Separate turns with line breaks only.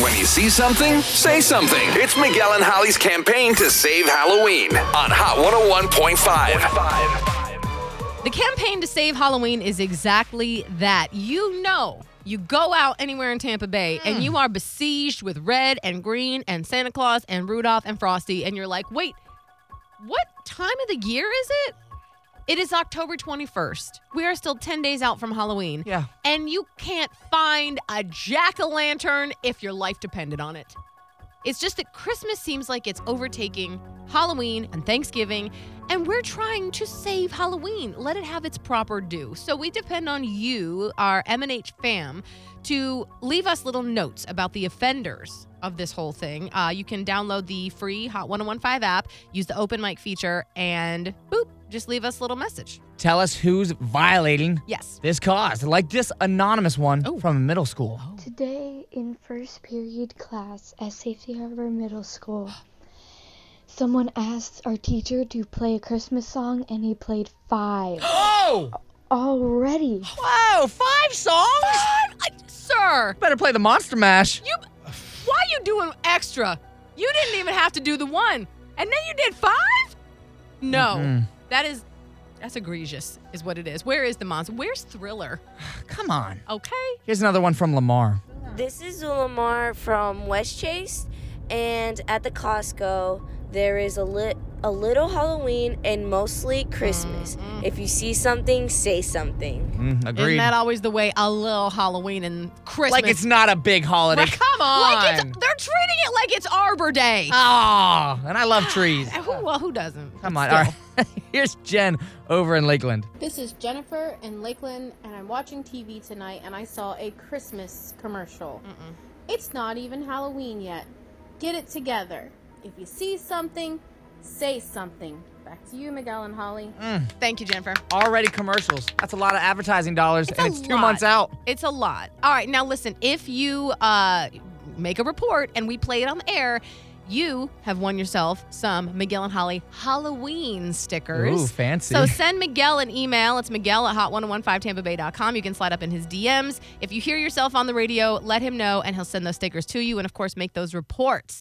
When you see something, say something. It's Miguel and Holly's campaign to save Halloween on Hot 101.5.
The campaign to save Halloween is exactly that. You know, you go out anywhere in Tampa Bay and you are besieged with red and green and Santa Claus and Rudolph and Frosty, and you're like, wait, what time of the year is it? It is October 21st. We are still 10 days out from Halloween.
Yeah.
And you can't find a jack o' lantern if your life depended on it. It's just that Christmas seems like it's overtaking Halloween and Thanksgiving, and we're trying to save Halloween, let it have its proper due. So we depend on you, our M&H fam, to leave us little notes about the offenders of this whole thing. Uh, you can download the free Hot 1015 app, use the open mic feature, and boop, just leave us a little message.
Tell us who's violating
Yes.
this cause, like this anonymous one
Oh.
from a middle school.
Today in first period class at Safety Harbor Middle School, someone asked our teacher to play a Christmas song and he played five
Oh!
already.
Whoa, five songs?
I- Uh, Sir,
Better play the Monster Mash.
you why are you doing extra? You didn't even have to do the one. And then you did five? No. That is that's egregious is what it is. Where is the monster? Where's Thriller?
Come on.
Okay.
Here's another one from Lamar.
This is Zulamar from West Chase, and at the Costco, there is a lit a little Halloween and mostly Christmas. If you see something, say something.
Mm,
Isn't
agreed.
that always the way a little Halloween and Christmas?
Like it's not a big holiday.
Like, come on. Like it's,
on.
they're treating it like it's Arbor Day.
Oh, and I love trees.
And who, well, who doesn't?
Come on.
Still.
All right. Here's Jen over in Lakeland.
This is Jennifer in Lakeland, and I'm watching TV tonight, and I saw a Christmas commercial. It's not even Halloween yet. Get it together. If you see something, say something. Back to you, Miguel and Holly.
Thank you, Jennifer.
Already commercials. That's a lot of advertising dollars,
It's
and
a
it's two
lot.
months out.
It's a lot. All right, now listen, if you uh, make a report and we play it on the air, you have won yourself some Miguel and Holly Halloween stickers.
Ooh, fancy.
So send Miguel an email. It's Miguel at hot1015tampabay.com. You can slide up in his DMs. If you hear yourself on the radio, let him know and he'll send those stickers to you. And of course, make those reports.